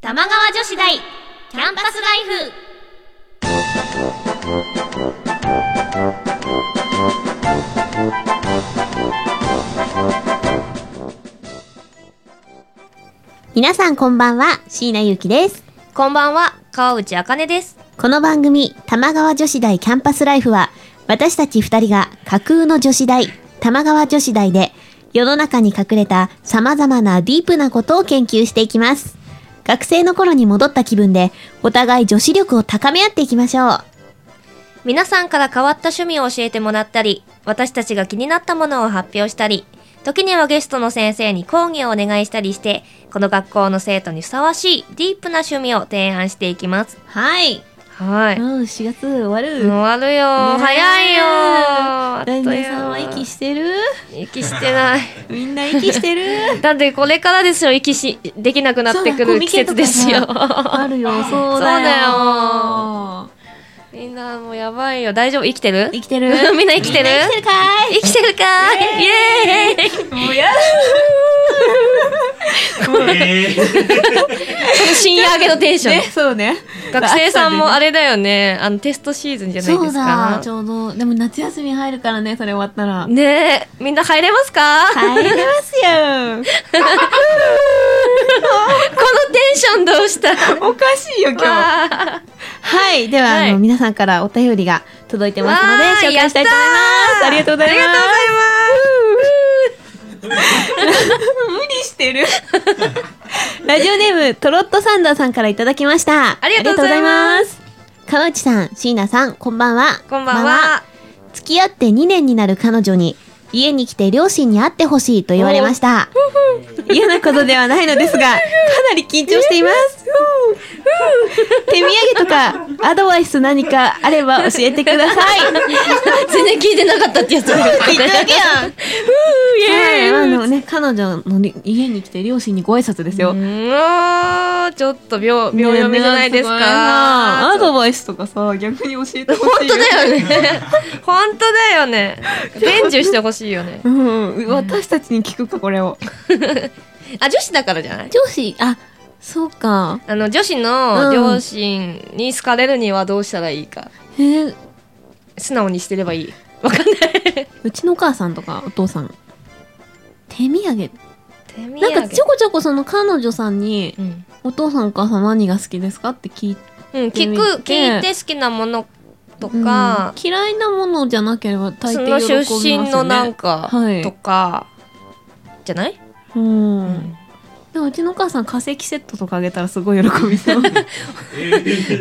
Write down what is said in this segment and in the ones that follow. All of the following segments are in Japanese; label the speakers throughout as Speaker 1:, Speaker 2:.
Speaker 1: 玉川女子大キャンパスライフ皆さんこんばんは椎名ゆうきです
Speaker 2: こんばんは、川内あかねです。
Speaker 1: この番組玉川女子大キャンパスライフは私たち二人が架空の女子大玉川女子大で世の中に隠れた様々なディープなことを研究していきます学生の頃に戻った気分でお互い女子力を高め合っていきましょう
Speaker 2: 皆さんから変わった趣味を教えてもらったり、私たちが気になったものを発表したり、時にはゲストの先生に講義をお願いしたりして、この学校の生徒にふさわしいディープな趣味を提案していきます。
Speaker 1: はい
Speaker 2: はい。
Speaker 1: う
Speaker 2: も
Speaker 1: ん4月終わ
Speaker 2: う終
Speaker 1: る
Speaker 2: わるよ。早いよ。あっという
Speaker 1: 旦
Speaker 2: 間
Speaker 1: 那さんは息してる
Speaker 2: 息してない。
Speaker 1: みんな息してる
Speaker 2: だってこれからですよ、息し、できなくなって
Speaker 1: そ
Speaker 2: く
Speaker 1: うだコ
Speaker 2: る
Speaker 1: ミ
Speaker 2: 季
Speaker 1: ケと
Speaker 2: 節
Speaker 1: かさ
Speaker 2: ですよ。
Speaker 1: あるよそうう
Speaker 2: だよ
Speaker 1: だよ
Speaker 2: みんなもうやばいよ。大丈夫生きてる
Speaker 1: 生きてる
Speaker 2: みんな生きてる
Speaker 1: みんな生きてるかい
Speaker 2: 生きてるかーイエーイ
Speaker 1: もうや
Speaker 3: えー、
Speaker 2: この深夜明けのテンション。
Speaker 1: ね、そうね。
Speaker 2: 学生さんも
Speaker 1: 暑
Speaker 2: あれだよね、あのテストシーズンじゃ
Speaker 1: で
Speaker 2: ない
Speaker 1: そ
Speaker 2: で
Speaker 1: う
Speaker 2: す
Speaker 1: だ、
Speaker 2: か
Speaker 1: ち。ょうど。でも夏休み入るからね、それ終わったら。
Speaker 2: ねえ、みんな入れますか、
Speaker 1: 入れますよ。
Speaker 2: このテンションどうした
Speaker 1: おかしいよ、今日。
Speaker 2: わ
Speaker 1: はい。では、
Speaker 2: はい
Speaker 1: あの、皆さんからお便りが届いてますので
Speaker 2: わ、ー
Speaker 1: 紹介したいと思います。
Speaker 2: やったー
Speaker 1: ありがとうございます。
Speaker 2: ありがと
Speaker 1: うございます。無理してる。ラジオネーム、トロットサンダーさんからいただきました。
Speaker 2: ありがとうござい
Speaker 1: ありがとうござい
Speaker 2: ま
Speaker 1: ます。川内さん、椎名さん、こんばんは。
Speaker 2: こんばんは。
Speaker 1: 付き合って2年になる彼女に家に来て両親に会ってほしいと言われました嫌なことではないのですがかなり緊張しています手土産とかアドバイス何かあれば教えてください
Speaker 2: 全然聞いてなかったってやつ。 言
Speaker 1: 言っただけやんはい、あ
Speaker 2: イエーイ
Speaker 1: のね彼女の家に来て両親にご挨拶ですよ、
Speaker 2: うーんちょっと秒、秒読みじゃないです
Speaker 1: ねえな
Speaker 2: か。
Speaker 1: アドバイスとかさ逆に教えてほ
Speaker 2: 本
Speaker 1: しい
Speaker 2: 当だよね。本当だよね。伝授してほしいよ ね。
Speaker 1: うん、私たちに聞くかこれを
Speaker 2: あ、女子だからじゃない
Speaker 1: 上司あそうか
Speaker 2: あの、女子の両親に好かれるにはどうしたらいいか。
Speaker 1: へえ
Speaker 2: 素直にしてればいい。わかんない。
Speaker 1: うちのお母さんとかお父さん手土産
Speaker 2: 手土
Speaker 1: なんかちょこちょこその彼女さんに
Speaker 2: うん、
Speaker 1: 「お父さんお母さん何が好きですか?」って聞いて、
Speaker 2: うん、聞く聞いて好きなものと
Speaker 1: うん
Speaker 2: か、
Speaker 1: 嫌いなものじゃなければ大
Speaker 2: そ
Speaker 1: 抵喜び
Speaker 2: の
Speaker 1: ますよ、
Speaker 2: 出
Speaker 1: ね、
Speaker 2: 身のなんか
Speaker 1: はい
Speaker 2: とか、じゃない、
Speaker 1: うん、
Speaker 2: うん
Speaker 1: でもうちのお母さん化石セットとかあげたらすごい喜びそう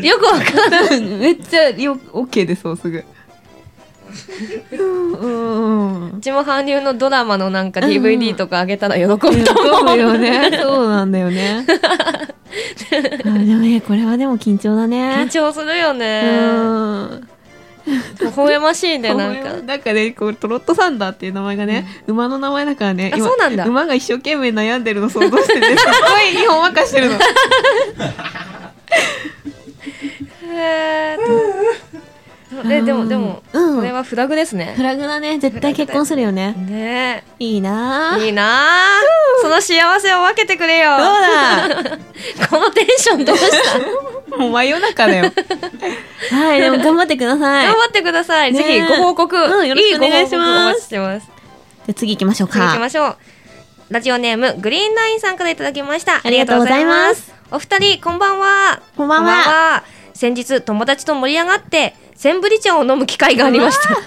Speaker 2: よくわかんない
Speaker 1: 多分 めっちゃよ OK ですそうすぐうんうんうん
Speaker 2: うちも韓流のドラマのなんか
Speaker 1: うん
Speaker 2: DVD とかあげたら喜ぶと思
Speaker 1: そう
Speaker 2: う
Speaker 1: よ ね。そうなんだよね。あでもね、これはでも緊張だね。
Speaker 2: 緊張するよ
Speaker 1: う
Speaker 2: ね
Speaker 1: ーん。
Speaker 2: 微笑ましいねなん
Speaker 1: こういう
Speaker 2: か
Speaker 1: なんかね、こう、トロットサンダーっていう名前がね、馬の名前だからね。
Speaker 2: あ
Speaker 1: 今
Speaker 2: そうなんだ
Speaker 1: 馬が一生懸命悩んでるの想像してね、すごい日本任してるの。
Speaker 2: へーえでもでも、
Speaker 1: うん
Speaker 2: これはフラグです
Speaker 1: フ
Speaker 2: ね
Speaker 1: ラグだね、絶対結婚するよね。
Speaker 2: ね
Speaker 1: いいな
Speaker 2: え
Speaker 1: ぁ。
Speaker 2: いいなあその幸せを分けてくれよ
Speaker 1: そうだ
Speaker 2: このテンションどうした
Speaker 1: もう真夜中だよ。 はい、でも頑張ってください。
Speaker 2: 頑
Speaker 1: じゃ
Speaker 2: 張ってください。
Speaker 1: ね
Speaker 2: ぜひご報告、
Speaker 1: うんよろしくお願いします
Speaker 2: ご報告お待ちしてます。
Speaker 1: あ次行きましょう
Speaker 2: 次行き
Speaker 1: か。
Speaker 2: ましょう。ラジオネーム、グリーンラインさんからいただきました。
Speaker 1: ありがとうございます
Speaker 2: ありがとうございます。お二人、こんばんは。
Speaker 1: こんばんは
Speaker 2: 先日、友達と盛り上がって、セブリ茶を飲む機会がありました。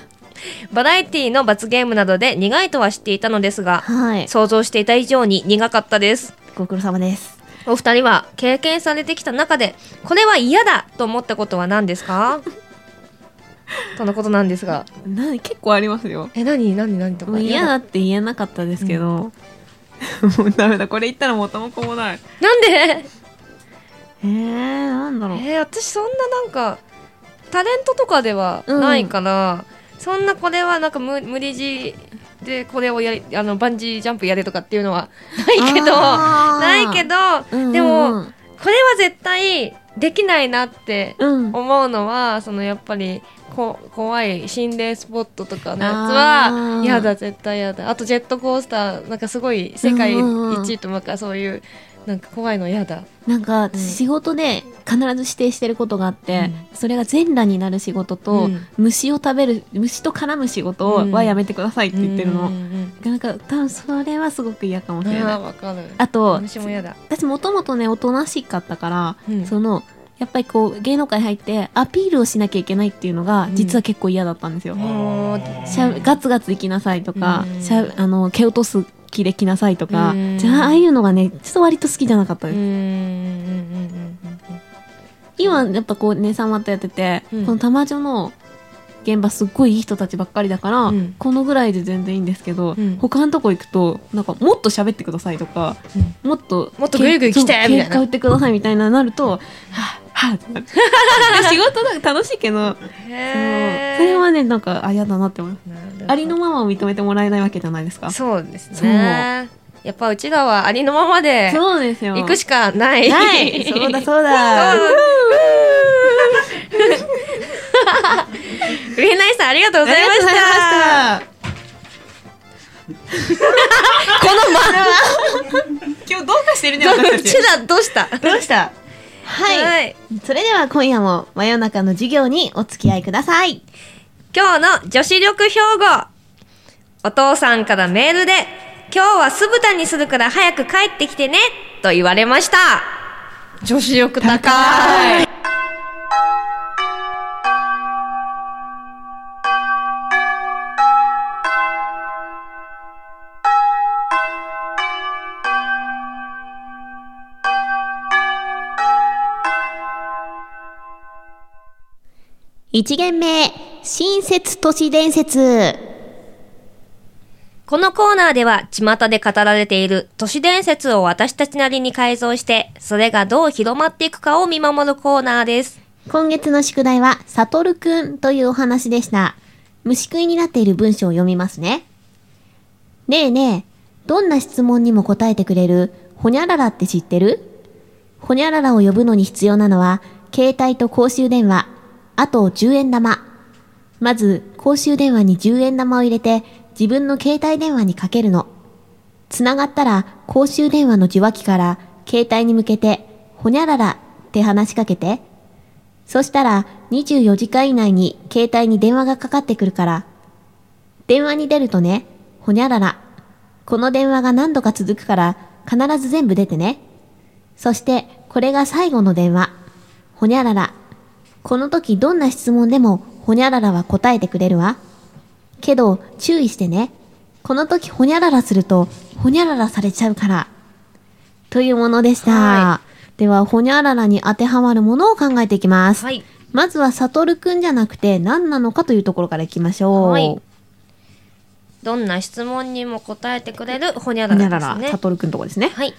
Speaker 2: バラエティの罰ゲームなどで苦いとは知っていたのですが、
Speaker 1: はい。
Speaker 2: 想像していた以上に苦かったです。
Speaker 1: ご苦労様です。
Speaker 2: お二人は経験されてきた中で、これは嫌だと思ったことは何ですか とのことなんですが。
Speaker 1: な結構ありますよ。
Speaker 2: え、なになになにと
Speaker 1: も
Speaker 2: か。
Speaker 1: う嫌だ
Speaker 2: な。
Speaker 1: って言えなかったですけど、 もうダメだこれ言ったら元も子もない
Speaker 2: なんで
Speaker 1: えー、なんだろう
Speaker 2: えー、私そんななんか、タレントとかではないから、そんなこれはなんか無無理強いでこれをやりあのバンジージャンプやれとかっていうのはないけど、
Speaker 1: あー
Speaker 2: ないけど、でも、これは絶対できないなって
Speaker 1: うんうん
Speaker 2: 思うのは、そのやっぱりこ怖い心霊スポットとかのやつ
Speaker 1: あ
Speaker 2: は
Speaker 1: ー
Speaker 2: やだ絶対やだあとジェットコースターなんかすごい世界一位とかそういうなんか怖いのやだ
Speaker 1: なんか
Speaker 2: うん
Speaker 1: 仕事で必ず指定してることがあって、それが全裸になる仕事と、
Speaker 2: うん
Speaker 1: 虫を食べる虫と絡む仕事
Speaker 2: うん
Speaker 1: はやめてくださいって言ってるの、
Speaker 2: うんうん
Speaker 1: なんか多分それはすごく嫌かも
Speaker 2: う
Speaker 1: し
Speaker 2: ん
Speaker 1: れ
Speaker 2: あ
Speaker 1: な
Speaker 2: ー
Speaker 1: い
Speaker 2: わかる
Speaker 1: あと
Speaker 2: 私もやだ
Speaker 1: 私もともとねおとなしかったから、
Speaker 2: うん
Speaker 1: そのやっぱりこう芸能界入ってアピールをしなきゃいけないっていうのが
Speaker 2: うん
Speaker 1: 実は結構嫌だったんですよ、
Speaker 2: もう
Speaker 1: しゃガツガツ行きなさいとか、
Speaker 2: うん
Speaker 1: しゃあの蹴落とす気で来なさいとか、
Speaker 2: うん
Speaker 1: じゃあああいうのがねちょっと割と好きじゃなかった
Speaker 2: う
Speaker 1: です、
Speaker 2: んうんうんうん
Speaker 1: 今やっぱこう姉さんまたやってて、
Speaker 2: うん
Speaker 1: この玉女の現場すっごいいい人たちばっかりだから、
Speaker 2: うん
Speaker 1: このぐらいで全然いいんですけど、
Speaker 2: うん
Speaker 1: 他のとこ行くとなんかもっと喋ってくださいとか、もっと
Speaker 2: もっとグイグイ来て
Speaker 1: そう
Speaker 2: みたいな
Speaker 1: 喧嘩売ってくださいみたいななるとはあはあって なる仕事なんか楽しいけどそう
Speaker 2: うん
Speaker 1: そ
Speaker 2: へー
Speaker 1: れはねなんかあ嫌だなって思います
Speaker 2: なるほど
Speaker 1: ありのままを認めてもらえないわけじゃないですか
Speaker 2: そうですねやっぱうちらはありのままで
Speaker 1: そうですよ
Speaker 2: 行くしかない
Speaker 1: ないそうだそう
Speaker 2: そう
Speaker 1: だ
Speaker 2: グリーンナインさんありがとうございました
Speaker 1: ありがとうございましたこの間今日どうかしてるね私た
Speaker 2: う
Speaker 1: ち
Speaker 2: ちらどうした
Speaker 1: どうしたはい、
Speaker 2: い
Speaker 1: それでは今夜も真夜中の授業にお付き合いください
Speaker 2: 今日の女子力標語お父さんからメールで今日は酢豚にするから早く帰ってきてねと言われました女子力高い
Speaker 1: 一限目新説都市伝説
Speaker 4: このコーナーでは巷で語られている都市伝説を私たちなりに改造して、それがどう広まっていくかを見守るコーナーです。
Speaker 1: 今月の宿題は、サトルくんというお話でした。虫食いになっている文章を読みますね。ねえねえ、どんな質問にも答えてくれる、ほにゃららって知ってるほにゃららを呼ぶのに必要なのは、携帯と公衆電話、あと10円玉。まず、公衆電話に10円玉を入れて、自分の携帯電話にかけるの。つながったら、公衆電話の受話器から、携帯に向けて、ほにゃららって話しかけて。そしたら24時間以内に携帯に電話がかかってくるから。電話に出るとね、ほにゃらら。この電話が何度か続くから必ず全部出てね。そしてこれが最後の電話。ほにゃらら。この時どんな質問でもほにゃららは答えてくれるわ。けど注意してね。この時ほにゃららするとほにゃららされちゃうから。というものでした。
Speaker 2: は
Speaker 1: では、ほにゃららに当てはまるものを考えていきます。
Speaker 4: はい。
Speaker 1: まずは、さとるくんじゃなくて、何なのかというところからいきましょう。
Speaker 4: はいどんな質問にも答えてくれるほにゃ
Speaker 1: ほ
Speaker 4: ら
Speaker 1: にゃ
Speaker 4: ら
Speaker 1: ら
Speaker 4: です
Speaker 1: ら、
Speaker 4: ね
Speaker 1: さ。とるくんのところですね。
Speaker 4: はい。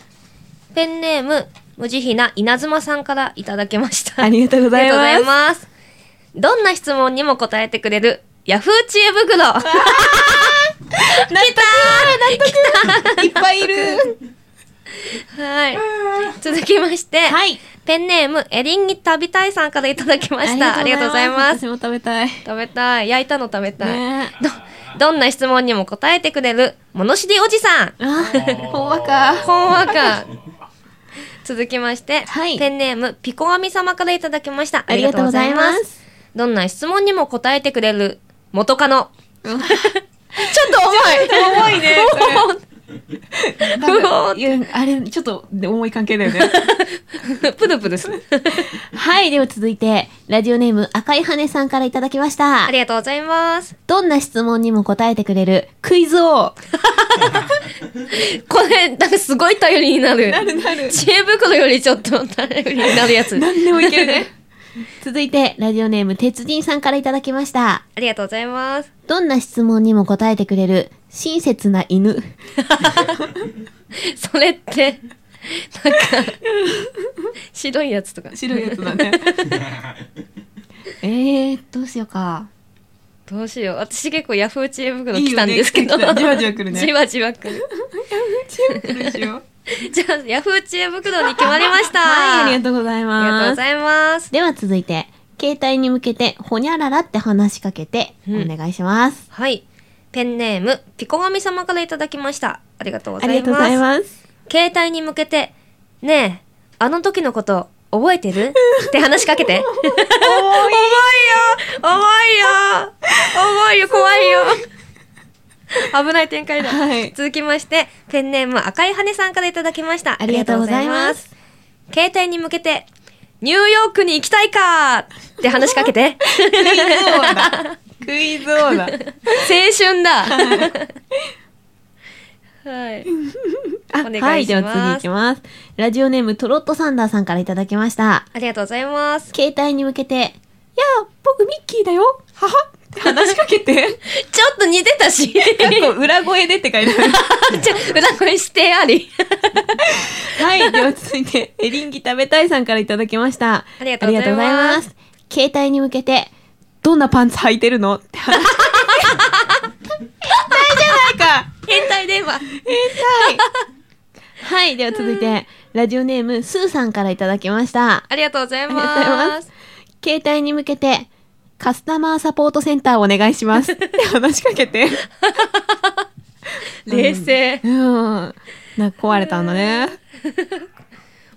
Speaker 4: ペンネーム、無慈悲な稲妻さんからいただきました。
Speaker 1: ありがとうございます
Speaker 4: ありがとうございます。どんな質問にも答えてくれる、ヤフー知恵袋。 来た
Speaker 1: いっぱいいる。
Speaker 4: ーはい。続きまして、
Speaker 1: はい。
Speaker 4: ペンネーム、エリンギ旅隊さんからいただきました。ありがとうございます。
Speaker 1: 私も食べたい。
Speaker 4: 食べたい。焼いたの食べたい。
Speaker 1: ねえ
Speaker 4: ど、どんな質問にも答えてくれる、物知りおじさん。
Speaker 1: あ、ほんわか。
Speaker 4: ほんわ か。続きまして、
Speaker 1: はい
Speaker 4: ペンネーム、ピコアミ様からいただきました。
Speaker 1: ありがとうござい
Speaker 4: あり
Speaker 1: ま。
Speaker 4: がとうございますどんな質問にも答えてくれる、元カノ。
Speaker 1: ちょっと重い。重いね。
Speaker 4: うおー
Speaker 1: いや、あれ、ちょっと重い関係だよね。
Speaker 4: プルプルする。
Speaker 1: はい、では続いて、ラジオネーム赤い羽さんからいただきました
Speaker 4: あ。りがとうございます。
Speaker 1: どんな質問にも答えてくれる、クイズ王。
Speaker 4: これ、なんかすごい頼りになる。なるなる。知恵袋よりちょっと頼りになるやつ。
Speaker 1: 何でもいけるね。 続いて、ラジオネーム、鉄人さんからいただきました。
Speaker 4: ありがとうございます。
Speaker 1: どんな質問にも答えてくれる、親切な犬。
Speaker 4: それって、なんか、白いやつとか。
Speaker 1: 白いやつだね。 えー、どうしようか。
Speaker 4: どうしよう。私結構ヤフー知恵袋来たんですけど。
Speaker 1: いいよね来たじわじわ来るね
Speaker 4: じわじわ来る。じゃあ、ヤフー知恵袋に決まりました。
Speaker 1: はい、ありが
Speaker 4: と
Speaker 1: とうござ
Speaker 4: あ
Speaker 1: い
Speaker 4: りがとう
Speaker 1: ま
Speaker 4: ご
Speaker 1: す。
Speaker 4: ざいます。
Speaker 1: では続いて、携帯に向けて、ほにゃららって話しかけて、お
Speaker 2: うん
Speaker 1: 願いします。
Speaker 2: はい。ペンネーム、ピコガミ様からいただきました。ありがとうござ
Speaker 1: あり
Speaker 2: います。
Speaker 1: がとうございます。
Speaker 2: 携帯に向けて、ねえ、あの時のこと覚えてるって話しかけて。重いよ重いよ重いよ怖いよ危ない展開だ。
Speaker 1: はい
Speaker 2: 続きまして、ペンネーム赤い羽さんからいただきました。
Speaker 1: ありがとうござい
Speaker 2: ありがとう
Speaker 1: ま。
Speaker 2: ございますす。携帯に向けて、ニューヨークに行きたいかって話しか けて。
Speaker 1: クイズ王だ。 クイズ王だ。
Speaker 2: 青春だ。はい。
Speaker 1: あ
Speaker 2: お願いし
Speaker 1: はい、で
Speaker 2: ます
Speaker 1: は次行きます。ラジオネームトロットサンダーさんからいただきました。
Speaker 2: ありがとうございます。
Speaker 1: 携帯に向けて、いやあ、僕ミッキーだよ。ははって話しかけて、
Speaker 2: ちょっと似てたし。
Speaker 1: 結構裏声でって書いてある。
Speaker 2: じゃ、裏声指定あり。
Speaker 1: はい、では続い て、エリンギ食べたいさんからいただきました。
Speaker 2: ありがとうござ
Speaker 1: ありがと
Speaker 2: います
Speaker 1: うございます。携帯に向けて、どんなパンツ履いてるのって話しかけて。大丈夫か
Speaker 2: 変態電話。
Speaker 1: はい、では続いて、ラジオネーム、スーさんからいただきました。
Speaker 2: ありがとうございます。
Speaker 1: ありがとうございます携帯に向けて、カスタマーサポートセンターお願いし ます。って話しかけて。
Speaker 2: 冷静。
Speaker 1: うん。なんか壊れたんだね。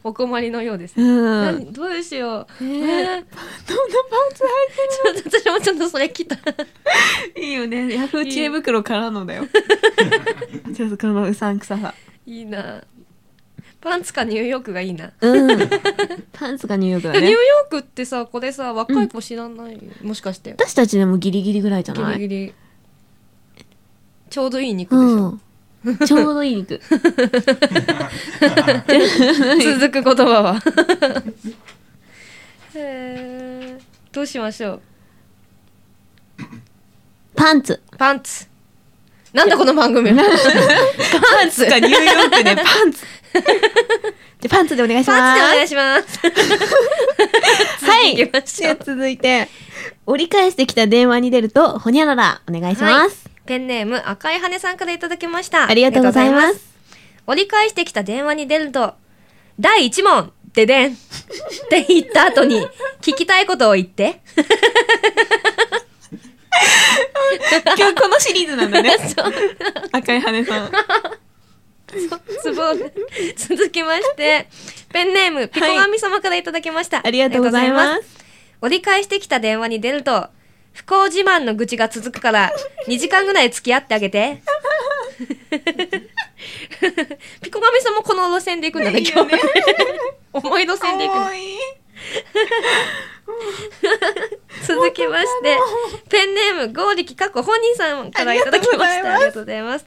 Speaker 2: お困りのようです。
Speaker 1: うん。
Speaker 2: 何どうしよう。
Speaker 1: どんなパンツ
Speaker 2: ちょっと私もちょっとそれ来た。
Speaker 1: 履いてるいいよね。ヤフー知恵袋からのだよ。ちょっとこのうさんくささ。
Speaker 2: いいな。パンツかニューヨークがいいな。
Speaker 1: うん。パンツがニューヨークだ
Speaker 2: ニュー
Speaker 1: ね
Speaker 2: ヨ。ークってさ、これさ、若い子知らない、もしかして。
Speaker 1: 私たちでもギリギリぐらいじゃ
Speaker 2: ギ
Speaker 1: ない
Speaker 2: リギリ。ちょうどいい肉でしょ。
Speaker 1: うん。ちょうどいい 肉。
Speaker 2: 続く言葉は。へーどうしましょう。
Speaker 1: パンツ。
Speaker 2: パンツ。なんだこの番組。パンツ。
Speaker 1: がニューヨーク でパンツ。じゃあパンツでお願いします。
Speaker 2: パンツでお願いします。
Speaker 1: はい。
Speaker 2: 次行きましょう
Speaker 1: では続いて、折り返してきた電話に出ると、ほにゃらら、お願いします。
Speaker 2: ペンネーム赤い羽さんからいただきました。
Speaker 1: ありがとうござい
Speaker 2: ありが
Speaker 1: ま。
Speaker 2: とうございますす。折り返してきた電話に出ると、第1問、ででん。って言った後に、聞きたいことを 言って。
Speaker 1: 今日このシリーズなんだね。 赤い羽さん。
Speaker 2: つぼ続きまして、ペンネーム、ピコガミ様からいただきました。
Speaker 1: ありがとうござい
Speaker 2: ありがとうございま。
Speaker 1: ますす。
Speaker 2: 折り返してきた電話に出ると、不幸自慢の愚痴が続く から、2時間ぐらい付き合ってあげて。 ピコガミさんもこの路線で行くんだね、今日。思い路線で行くの。
Speaker 1: い
Speaker 2: 続きまして、ペンネーム、ゴーリキ、過去本人さんからいただきました。あ
Speaker 1: あ
Speaker 2: り
Speaker 1: り
Speaker 2: がとうございます。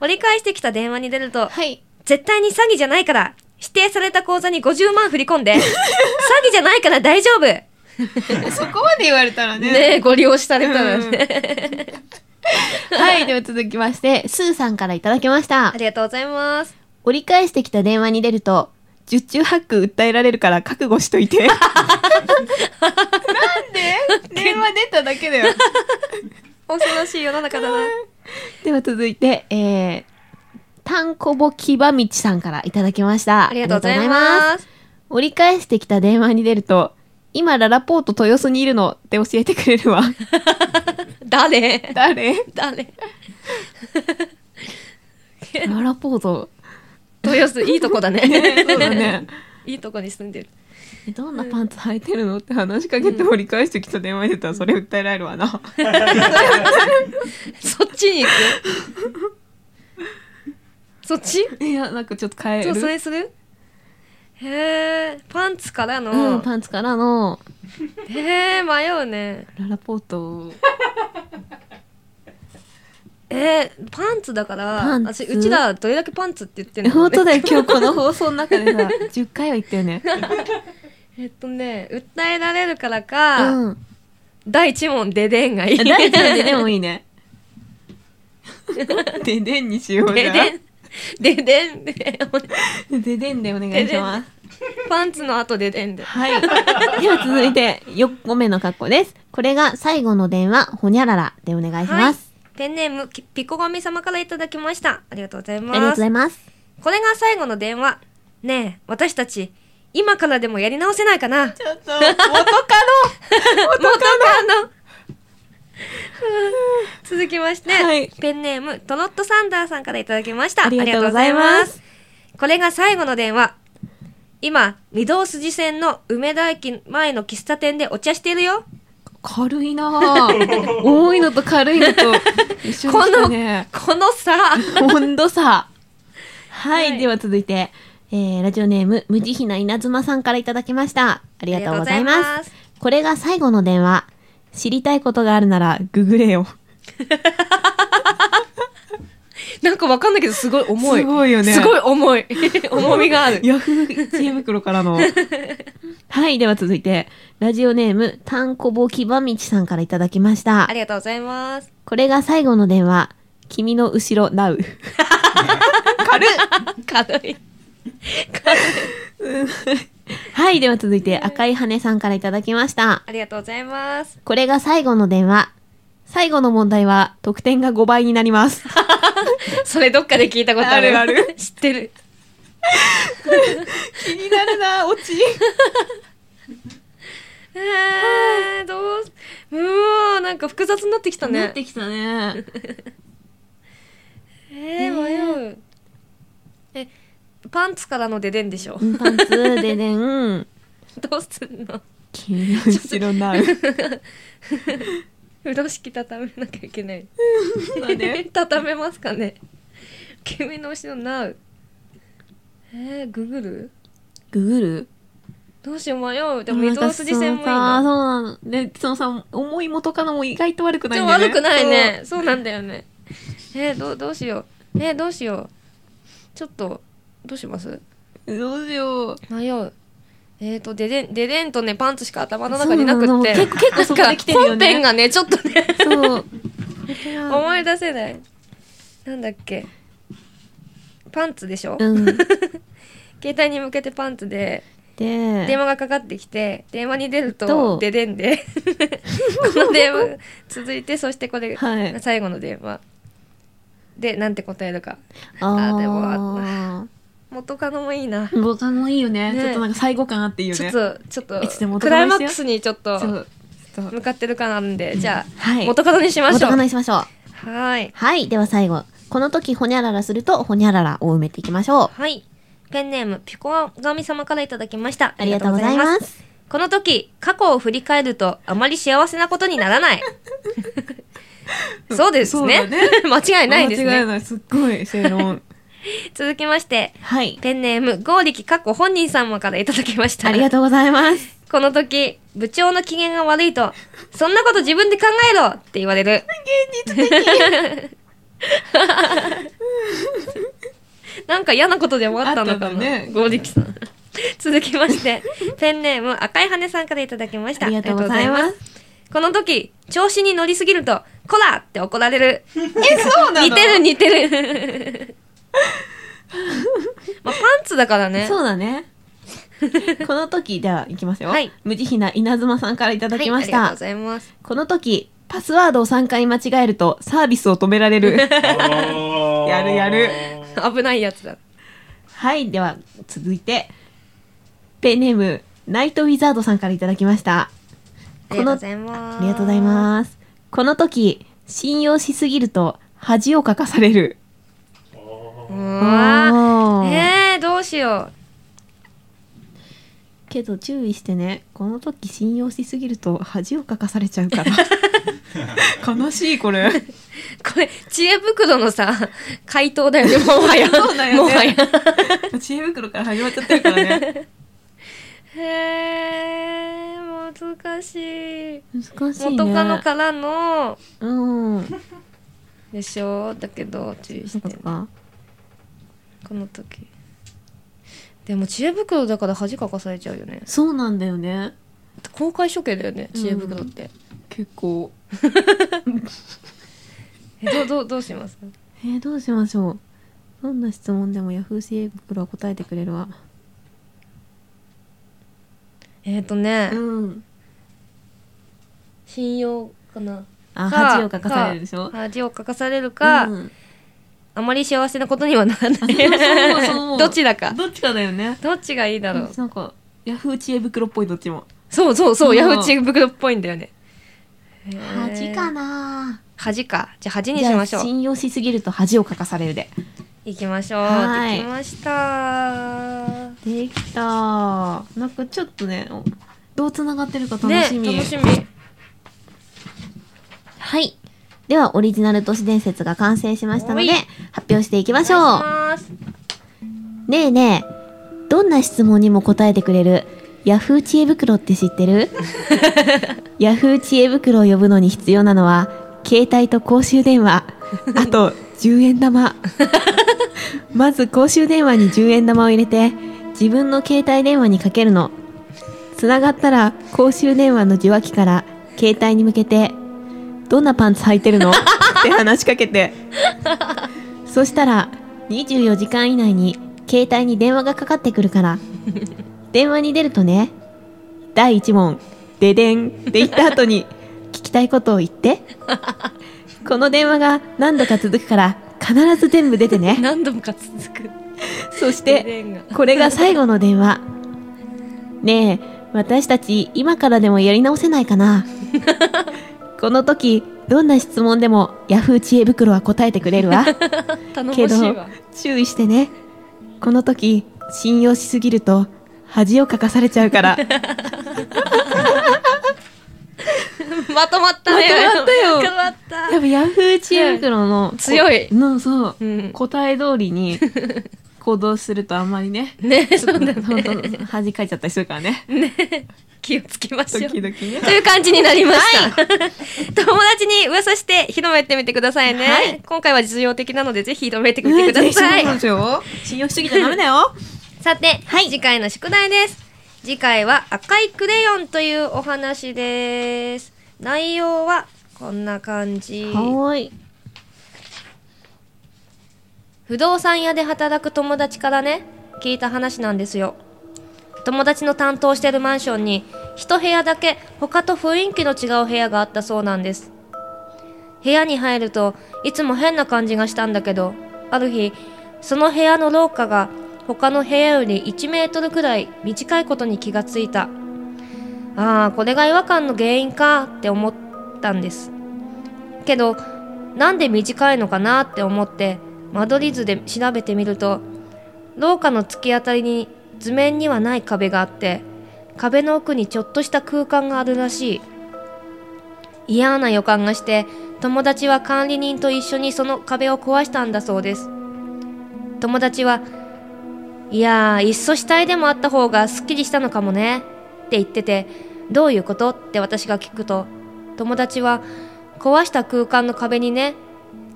Speaker 2: 折り返してきた電話に出ると、
Speaker 1: はい。
Speaker 2: 絶対に詐欺じゃないから、指定された口座に50万振り込ん で、詐欺じゃないから大丈夫ね
Speaker 1: そこまで言われたらね。
Speaker 2: え、ご利用されたら
Speaker 1: う
Speaker 2: ね
Speaker 1: ん。はい。では続きまして、スーさんからいただきました
Speaker 2: あ。りがとうございます。
Speaker 1: 折り返してきた電話に出ると、十中八九訴えられるから覚悟しといて。なんで電話出ただけだよ。
Speaker 2: 恐ろしい世の中だな。
Speaker 1: では続いて、えー、たんこぼきばみちさんからいただきました。
Speaker 2: ありがとうござい
Speaker 1: ありがとうござい
Speaker 2: ます。
Speaker 1: す折り返してきた電話に出ると、今ララポート豊洲にいるのって教えてくれるわ。
Speaker 2: 誰
Speaker 1: 誰
Speaker 2: 誰
Speaker 1: ララポート。
Speaker 2: 豊洲、いいとこだ
Speaker 1: そうだ
Speaker 2: ね。
Speaker 1: ね。
Speaker 2: いいとこに住んでる。
Speaker 1: どんなパンツ履いてるのって話しかけて折り返してきた電話に出たらそれ訴えられるわな。
Speaker 2: そっちに行く そっち
Speaker 1: いや、なんかちょっと変え
Speaker 2: そ
Speaker 1: る。
Speaker 2: う、それするへえ、パンツから
Speaker 1: う
Speaker 2: の
Speaker 1: ん、。パンツからの
Speaker 2: へえ、迷うね。
Speaker 1: ララポート。
Speaker 2: えー、パンツだから、
Speaker 1: パンツ
Speaker 2: 私、うちらどれだけパンツって言ってんの
Speaker 1: 本当だよ、 今日この放送の中で さ、10回は言ったよね。
Speaker 2: えっとね、訴えられるからか、
Speaker 1: うん。
Speaker 2: 第一問、ででんがいい。
Speaker 1: 大丈夫ででもいい ね。ででんにしようじ
Speaker 2: で
Speaker 1: ゃ
Speaker 2: でん。ででんで、
Speaker 1: ん。ででんでお願いします。
Speaker 2: パンツの後ででんで。
Speaker 1: はい。では続いて、4個目の格好です。これが最後の電話、ほにゃららでお願いします。
Speaker 2: い。ペンネーム、きピコガミ様からいただきました。ありがとうござい
Speaker 1: ありがとう
Speaker 2: ま
Speaker 1: ご
Speaker 2: す
Speaker 1: ざ。います。
Speaker 2: これが最後の電話。ねえ、私たち、今からでもやり直せないかな。
Speaker 3: ちょっ と、元カノ
Speaker 2: 元カノ続きまして、
Speaker 3: はい
Speaker 2: ペンネームトロットサンダーさんからいただきました
Speaker 3: ありがとうございます
Speaker 2: ありがとうございますこれが最後の電話今御堂筋線の梅田駅前の喫茶店でお茶しているよ
Speaker 3: 軽いなぁ。多いのと軽いのと一緒で
Speaker 2: こ
Speaker 3: した
Speaker 2: の、
Speaker 3: ね。
Speaker 2: このさ
Speaker 3: 温度差。
Speaker 1: はい、では続いて、えー、ラジオネーム無慈悲な稲妻さんからいただきましたありがとうございます
Speaker 2: ありがとうございます
Speaker 1: これが最後の電話知りたいことがあるならググれよ
Speaker 2: なんかわかんないけどすごい重い
Speaker 3: すごいよね
Speaker 2: すごい重い重みがある
Speaker 3: ヤフー知恵袋か らの。
Speaker 1: はい、では続いて、ラジオネーム、たんこぼきばみちさんからいただきました
Speaker 2: あ。りがとうございます
Speaker 1: これが最後の電話。君の後ろ、な う。
Speaker 2: 軽い
Speaker 1: はい、では続いて、赤い羽さんからいただきました。
Speaker 2: ありがとうございます
Speaker 1: これが最後の電話。最後の問題は、得点が5倍になります。
Speaker 2: それどっかで聞いたことある
Speaker 3: あるあ
Speaker 2: 知ってる
Speaker 3: 気になるなぁ、オチ。
Speaker 2: えー、どうすうわーなんか複雑になってきたね
Speaker 3: きたね。
Speaker 2: えー、迷うえパンツからのデデンでしょ
Speaker 1: パンツ、ででん。
Speaker 2: どうすんの
Speaker 3: 君の後ろなう。
Speaker 2: 風呂敷畳めなきゃいけない
Speaker 3: だね
Speaker 2: 畳めますかね 君の後ろなうえー、ググる
Speaker 1: ググる
Speaker 2: どうしよう迷うでも
Speaker 1: な
Speaker 2: 水
Speaker 1: んか
Speaker 2: 道筋線も
Speaker 1: そう
Speaker 2: いい
Speaker 1: さそ
Speaker 2: な
Speaker 1: うなの。
Speaker 3: で、そのさ、重い元カノも意外と悪くな
Speaker 2: ち
Speaker 3: い
Speaker 2: ょ
Speaker 3: ん
Speaker 2: っと
Speaker 3: だよね。
Speaker 2: 悪くないねそうなんだよねえー、どうどうしようえー、どうしようちょっとどうします
Speaker 3: そう。どうしよう。
Speaker 2: 迷うえーとデデンデデンとねパンツしか頭の中になく
Speaker 1: そう
Speaker 2: っ
Speaker 1: なの
Speaker 2: て
Speaker 1: 結構結構そこで来てるよね
Speaker 2: なんか本編がねちょっとね
Speaker 1: そう。
Speaker 2: 思い出せないなんだっけパンツでしょ、
Speaker 1: うん。
Speaker 2: 携帯に向けてパンツで
Speaker 1: で、
Speaker 2: 電話がかかってきて電話に出る
Speaker 1: ど
Speaker 2: と
Speaker 1: う
Speaker 2: デデン でこの電話続いてそしてこれ、
Speaker 1: はい
Speaker 2: 最後の電話でなんて答えるか
Speaker 1: あ
Speaker 2: あーでも
Speaker 1: あっ
Speaker 2: 元カノもいいな、
Speaker 3: ボタンもいいよね
Speaker 2: ね
Speaker 3: ちょっとなんか最後感あっていいよ
Speaker 2: ちょっ
Speaker 3: ね。
Speaker 2: とちょっ
Speaker 3: いつでも
Speaker 2: とク
Speaker 3: 元カ
Speaker 2: ライ
Speaker 3: ノ
Speaker 2: マ
Speaker 3: に
Speaker 2: ッ
Speaker 3: し
Speaker 2: ク
Speaker 3: て
Speaker 2: スにちょっと
Speaker 3: そう。
Speaker 2: 向かってるかなんでじゃあ、
Speaker 1: はい
Speaker 2: 元カノにしましょ
Speaker 1: 元
Speaker 2: う
Speaker 1: カノにしましょう。
Speaker 2: はい
Speaker 1: はい、では最後。この時、ほにゃららすると、ほにゃららを埋めていきましょう。
Speaker 2: はい。ペンネーム、ピコアガミ様からいただきました。
Speaker 1: ありがとうござい
Speaker 2: ありが
Speaker 1: ま。
Speaker 2: とうございますこの時、過去を振り返ると、あまり幸せなことにな らない。そうですね。 間違いないです
Speaker 3: 間違
Speaker 2: ね。
Speaker 3: いない。すっごい正論。
Speaker 2: 続きまして、
Speaker 1: はい。
Speaker 2: ペンネーム、ゴーリキ過去本人様からいただきました。
Speaker 1: ありがとうございます。
Speaker 2: この時、部長の機嫌が悪いと、そんなこと自分で考えろって言われる。なんか嫌なことでもあったのか
Speaker 3: あった
Speaker 2: な。
Speaker 3: んだね
Speaker 2: ゴーリキさん。続きまして、ペンネーム赤い羽さんからいただきました。
Speaker 1: ありがとうございます
Speaker 2: ありがとうございます。この時、調子に乗りすぎると、こらって怒られる。
Speaker 3: え、そうなの
Speaker 2: 似てる似てる。まあ、パンツだからね。
Speaker 1: そうだ ね。この時、では、いきますよ。
Speaker 2: はい
Speaker 1: 無慈悲な稲妻さんからいただきました。
Speaker 2: はいありがとうございます。
Speaker 1: この時、パスワードを3回間違えると、サービスを止められ る。
Speaker 3: や
Speaker 5: や
Speaker 3: るやる
Speaker 2: 危ないやつだ。
Speaker 1: はい、では、続いて、ペンネーム、ナイトウィザードさんからいただきました。
Speaker 2: あ
Speaker 1: こ
Speaker 2: りがと
Speaker 1: の
Speaker 2: うございます。
Speaker 1: ありがとうございます。この時、信用しすぎると恥をかかされる。
Speaker 2: うわー
Speaker 1: おー
Speaker 2: えー、どうしよ
Speaker 1: けど注意してね、この時信用しすぎると恥をかかされちゃうから。
Speaker 3: 悲しい、これ。
Speaker 2: う。これ、知恵袋のさ、 回答だよ ね、もはや。
Speaker 3: そうだよね
Speaker 2: もはや。
Speaker 3: 知恵袋から始まっちゃってるからね。
Speaker 2: へー、難しい。
Speaker 1: 難しいね。
Speaker 2: 元カノからの、
Speaker 1: うん。
Speaker 2: でしょだけど、注意
Speaker 1: そ
Speaker 2: し
Speaker 1: ってか
Speaker 2: ね
Speaker 1: そっか
Speaker 2: この時。でも知恵袋だから恥かかされちゃうよね。
Speaker 3: そうなんだよね。
Speaker 2: 公開処刑だよね、知恵袋って。
Speaker 3: 結構。
Speaker 2: えどう、どう、どうします
Speaker 1: えー、どうしましょう。どんな質問でもヤフー知恵袋は答えてくれるわ。
Speaker 2: えっ、ー、とね、
Speaker 3: うん。
Speaker 2: 信用かな。
Speaker 3: あ、
Speaker 2: か
Speaker 3: 恥をかかされるでしょ
Speaker 2: か恥をかかされるか、
Speaker 3: うん
Speaker 2: あまり幸せなことにはならない
Speaker 3: そうそうそ う。
Speaker 2: どちらか
Speaker 3: どっちかだよね。
Speaker 2: どっちがいいだろう
Speaker 3: なんか、ヤフー知恵袋っぽいどっちも
Speaker 2: そうそうそうう、
Speaker 3: ん
Speaker 2: ヤフーチ袋っぽいんだよね。
Speaker 1: 恥かな
Speaker 2: 恥か。じゃあ恥に
Speaker 1: じ
Speaker 2: し
Speaker 1: ゃ
Speaker 2: ま
Speaker 1: あ
Speaker 2: しょう。
Speaker 1: 信用しすぎると恥をかかされるで
Speaker 2: 行きましょう。
Speaker 1: はい
Speaker 2: できました。
Speaker 1: できた
Speaker 3: なんかちょっとねおどうつながってるか楽
Speaker 2: ね、楽
Speaker 3: しみ、
Speaker 2: しみ。
Speaker 1: はいではオリジナル都市伝説が完成しましたので
Speaker 2: おい
Speaker 1: 発表していきまし
Speaker 2: お
Speaker 1: ょう
Speaker 2: 願いします
Speaker 1: ねえねえどんな質問にも答えてくれるヤフー知恵袋って知ってるヤフー知恵袋を呼ぶのに必要なのは携帯と公衆電話あと10円玉まず公衆電話に10円玉を入れて自分の携帯電話にかけるのつながったら公衆電話の受話器から携帯に向けて「どんなパンツ履いてるの? 」って話しかけてそしたら24時間以内に携帯に電話がかかってくるから。電話に出るとね、第1問、ででんって言った後に聞きたいことを言って。この電話が何度か続くから必ず全部出てね。
Speaker 2: 何度もか続く。
Speaker 1: そし
Speaker 2: で
Speaker 1: て、これが最後の電話。ねえ、私たち今からでもやり直せないか な。この時、どんな質問でもヤフー知恵袋は答えてくれる わ。
Speaker 2: 頼もし
Speaker 1: けど
Speaker 2: いわ。
Speaker 1: 注意してねこの時信用しすぎると恥をかかされちゃうから
Speaker 2: まとまったね。
Speaker 3: まとまった よ
Speaker 2: まとまった。
Speaker 1: 多分ヤフー知恵袋のこ
Speaker 2: 強い
Speaker 3: のそう、
Speaker 2: うん
Speaker 3: 答え通り に行動するとあんまりね
Speaker 2: ね、そうだ
Speaker 3: 本
Speaker 2: ね。
Speaker 3: 当恥かいちゃったりするからね
Speaker 2: 気をつけましょう。
Speaker 3: 時々ね
Speaker 2: という感じになりました。 友達に噂して広めてみてくださいね。今回は実用的なので、ぜひ広めてみてください。
Speaker 3: ねぜひそうなんですよ信用しすぎちゃダ メだよ
Speaker 2: さて、次回の宿題です。次回は赤いクレヨンというお話です。内容はこんな感じ。
Speaker 1: ーい
Speaker 2: 不動産屋で働く友達からね、聞いた話なんですよ。友達の担当してるマンションに、一部屋だけ他と雰囲気の違う部屋があったそうなんです。部屋に入るといつも変な感じがしたんだけどある日その部屋の廊下が他の部屋より1メートルくらい短いことに気がついたああこれが違和感の原因かって思ったんですけどなんで短いのかなって思って間取り図で調べてみると廊下の突き当たりに図面にはない壁があって壁の奥にちょっとした空間があるらしい嫌な予感がして友達は管理人と一緒にその壁を壊したんだそうです友達はいやーいっそ死体でもあった方がすっきりしたのかもねって言っててどういうことって私が聞くと友達は壊した空間の壁にね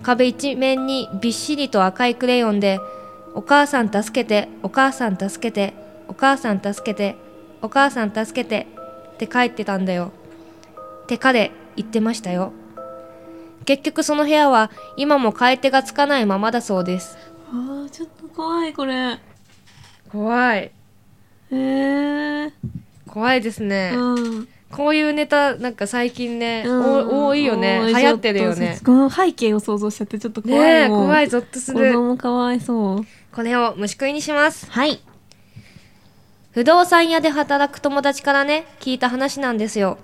Speaker 2: 壁一面にびっしりと赤いクレヨンで「お母さん助けてお母さん助けてお母さん助けてお母さん助けて」って書いてたんだよって彼言ってましたよ結局その部屋は今も買い手がつかないままだそうです
Speaker 3: あーちょっと怖いこれへ
Speaker 2: 怖い
Speaker 3: えー、
Speaker 2: 怖いですね
Speaker 3: うん
Speaker 2: こういうネタなんか最近ね、
Speaker 3: うん
Speaker 2: お多いよね
Speaker 3: 多
Speaker 2: 流
Speaker 3: い
Speaker 2: 行ってるよ
Speaker 3: ちょ
Speaker 2: ね
Speaker 3: っとこの背景を想像しちゃってちょっと怖
Speaker 2: ねえ
Speaker 3: いもん
Speaker 2: 怖いゾッとす
Speaker 3: 子
Speaker 2: る
Speaker 3: 供かわいそう
Speaker 2: これを虫食いにします
Speaker 1: はい
Speaker 2: 不動産屋で働く友達からね聞いた話なんですよ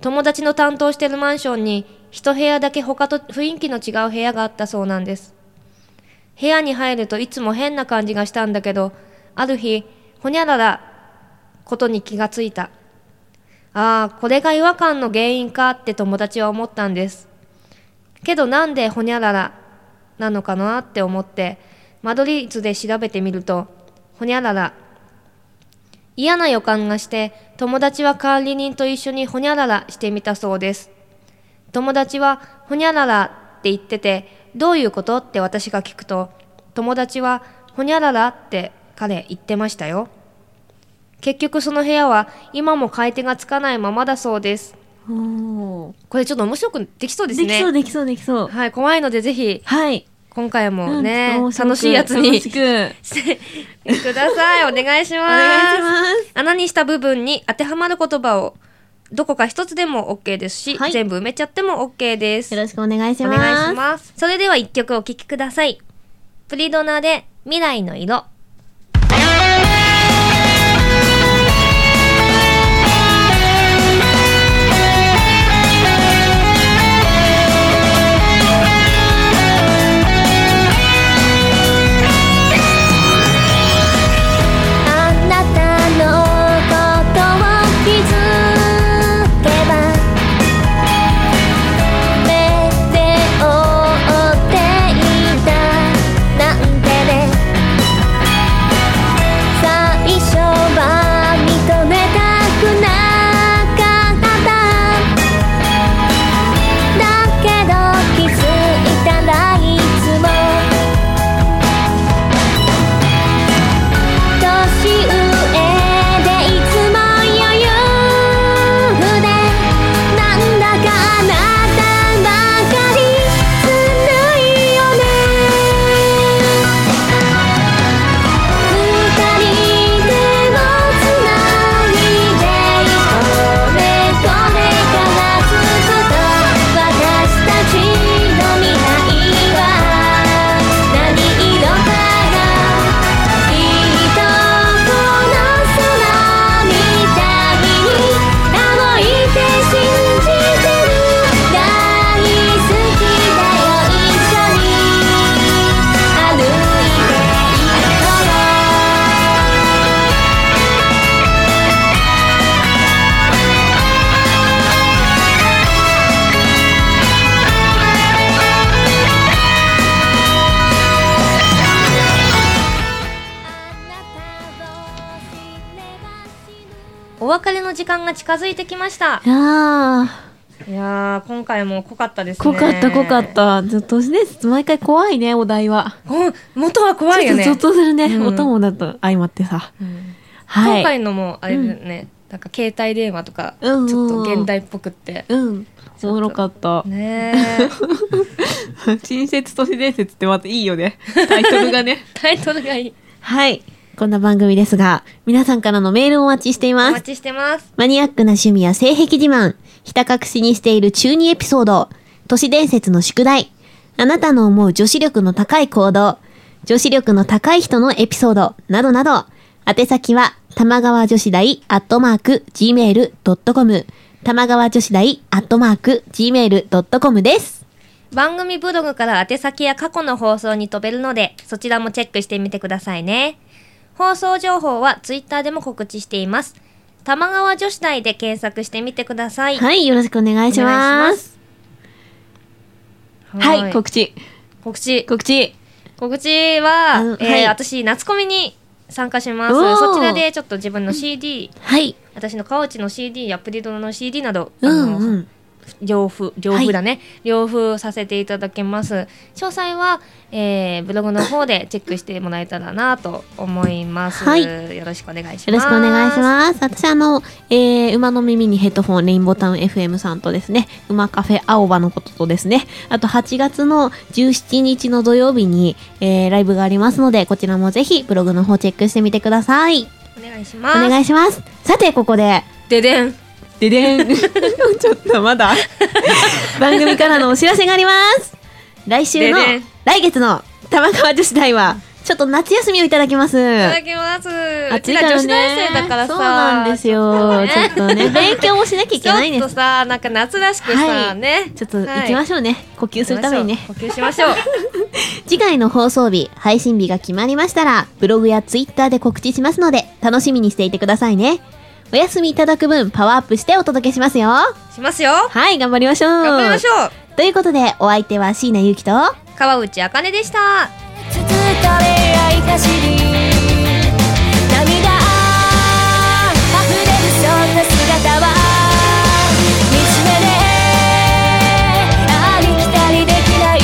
Speaker 2: 友達の担当してるマンションに一部屋だけ他と雰囲気の違う部屋があったそうなんです部屋に入るといつも変な感じがしたんだけどある日ほにゃららことに気がついたああこれが違和感の原因かって友達は思ったんですけどなんでほにゃららなのかなって思って間取り図で調べてみるとほにゃらら嫌な予感がして友達は管理人と一緒にほにゃららしてみたそうです友達はほにゃららって言っててどういうことって私が聞くと友達はほにゃららって彼言ってましたよ結局その部屋は今も買い手がつかないままだそうです
Speaker 1: お
Speaker 2: これちょっと面白くできそう
Speaker 1: で
Speaker 2: ですね
Speaker 1: きそうできそうできそう
Speaker 2: はい怖いのでぜひ
Speaker 1: はい
Speaker 2: 今回もね、
Speaker 3: うんちょ
Speaker 2: 楽
Speaker 3: っと面白く
Speaker 2: しいやつに
Speaker 3: 楽
Speaker 2: し
Speaker 3: しく
Speaker 2: てください。お願いし
Speaker 3: お
Speaker 2: ます。
Speaker 3: 願いします
Speaker 2: 穴にした部分に当てはまる言葉をどこか一つでも OK ですし、
Speaker 1: はい
Speaker 2: 全部埋めちゃっても OK です。
Speaker 1: よろしくお願いし
Speaker 2: お
Speaker 1: ます
Speaker 2: 願いします。それでは一曲お聴きください。プリドナで未来の色。
Speaker 5: 「未来の色」
Speaker 2: お別れの時間が近づいてきました
Speaker 1: いやー、
Speaker 2: いやー今回も濃かったですね
Speaker 1: 濃かった濃かった。ちょっとね、毎回怖いね、お題は。
Speaker 2: うん元は怖いよね
Speaker 1: ちょっとゾッとするね、
Speaker 2: うん
Speaker 1: 音もだと相まってさ。
Speaker 2: うん
Speaker 1: はい。
Speaker 2: 今回のもあれだよね、なんか携帯電話とかち
Speaker 1: うんうん
Speaker 2: ょ
Speaker 1: うん
Speaker 2: っと現代っぽくって、
Speaker 1: うん。おもろかった。
Speaker 2: ね え
Speaker 1: 新説都市伝説ってまたいいよ ね。タイトルがね。
Speaker 2: タイトルがいい
Speaker 1: はい。こんな番組ですが、皆さんからのメールをお待ちしてい
Speaker 2: お
Speaker 1: ま
Speaker 2: 待
Speaker 1: す。
Speaker 2: ちしてます
Speaker 1: マニアックな趣味や性癖自慢、ひた隠しにしている中二エピソード、都市伝説の宿題、あなたの思う女子力の高い行動、女子力の高い人のエピソード、などなど、宛先は、玉川女子大アットマーク gmail.com、玉川女子大アットマーク gmail.com です。
Speaker 2: 番組ブログから宛先や過去の放送に飛べるのでそちらもチェックしてみてくださいね放送情報はツイッターでも告知しています玉川女子大で検索してみてください
Speaker 1: はい、よろしくお願いします。はい、
Speaker 2: 告
Speaker 1: 告知。
Speaker 2: 告知
Speaker 1: 告知。
Speaker 2: 告知は
Speaker 1: あの、
Speaker 2: えー
Speaker 1: はい
Speaker 2: 私夏コミに参加します
Speaker 1: おー
Speaker 2: そちらでちょっと自分の CD、
Speaker 1: はい。
Speaker 2: 私の川内の CD やプリドの CD など、
Speaker 1: うん
Speaker 2: あ
Speaker 1: う
Speaker 2: の
Speaker 1: ん。
Speaker 2: 両付両付だね、両付させていただけます詳細は、えーブログの方でチェックしてもらえたらなと思います、
Speaker 1: はい
Speaker 2: よろしくお願いします
Speaker 1: よろしくお願いします。私あの、えー馬の耳にヘッドフォン、レインボータウン FM さんとですね、馬カフェ青葉のこととですね、あと8月の17日の土曜日に、えーライブがありますので、こちらもぜひブログの方チェックしてみてください。
Speaker 2: お願いし
Speaker 1: お
Speaker 2: ます
Speaker 1: 願いします。さて、ここで、
Speaker 2: ででん
Speaker 1: ででん。 ちょっとま だ。番組からのお知らせがあります。来週の
Speaker 2: ででん、
Speaker 1: 来月の玉川女子大は、ちょっと夏休みをいただきます。
Speaker 2: いただきますう
Speaker 1: 暑
Speaker 2: ち
Speaker 1: い
Speaker 2: ら
Speaker 1: からね
Speaker 2: 女子大生だからさ
Speaker 1: そうなんですよ。ちょっとね、 勉強もしなきゃいけないんで
Speaker 2: ちょっ
Speaker 1: す
Speaker 2: と。さなんか夏らしくさ、
Speaker 1: はい
Speaker 2: ね
Speaker 1: ちょっと行きま
Speaker 2: し
Speaker 1: しょうね。呼吸するためにね。
Speaker 2: 呼吸しましょう
Speaker 1: 次回の放送日、配信日が決まりましたら、ブログやツイッターで告知しますので、楽しみにしていてくださいね。お休みいただく分、パワーアップしてお届けしますよ。
Speaker 2: しますよ
Speaker 1: はい、頑張りましょう。
Speaker 2: 頑張りましょう
Speaker 1: ということで、お相手は椎名ゆきと、
Speaker 2: 川内あかねでした
Speaker 5: 続いた恋愛走り涙あふれるそんな姿は惨めでありきたりできない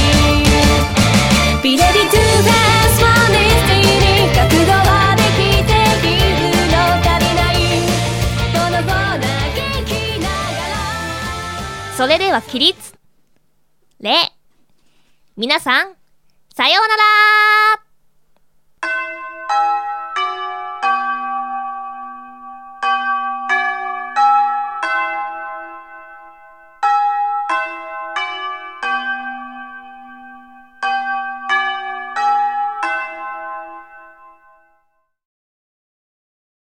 Speaker 5: ビレリトゥダンスワンディスティに覚悟はできているの足りないボロボロ嘆きながら
Speaker 4: それでは起立。礼。皆さん、さようなら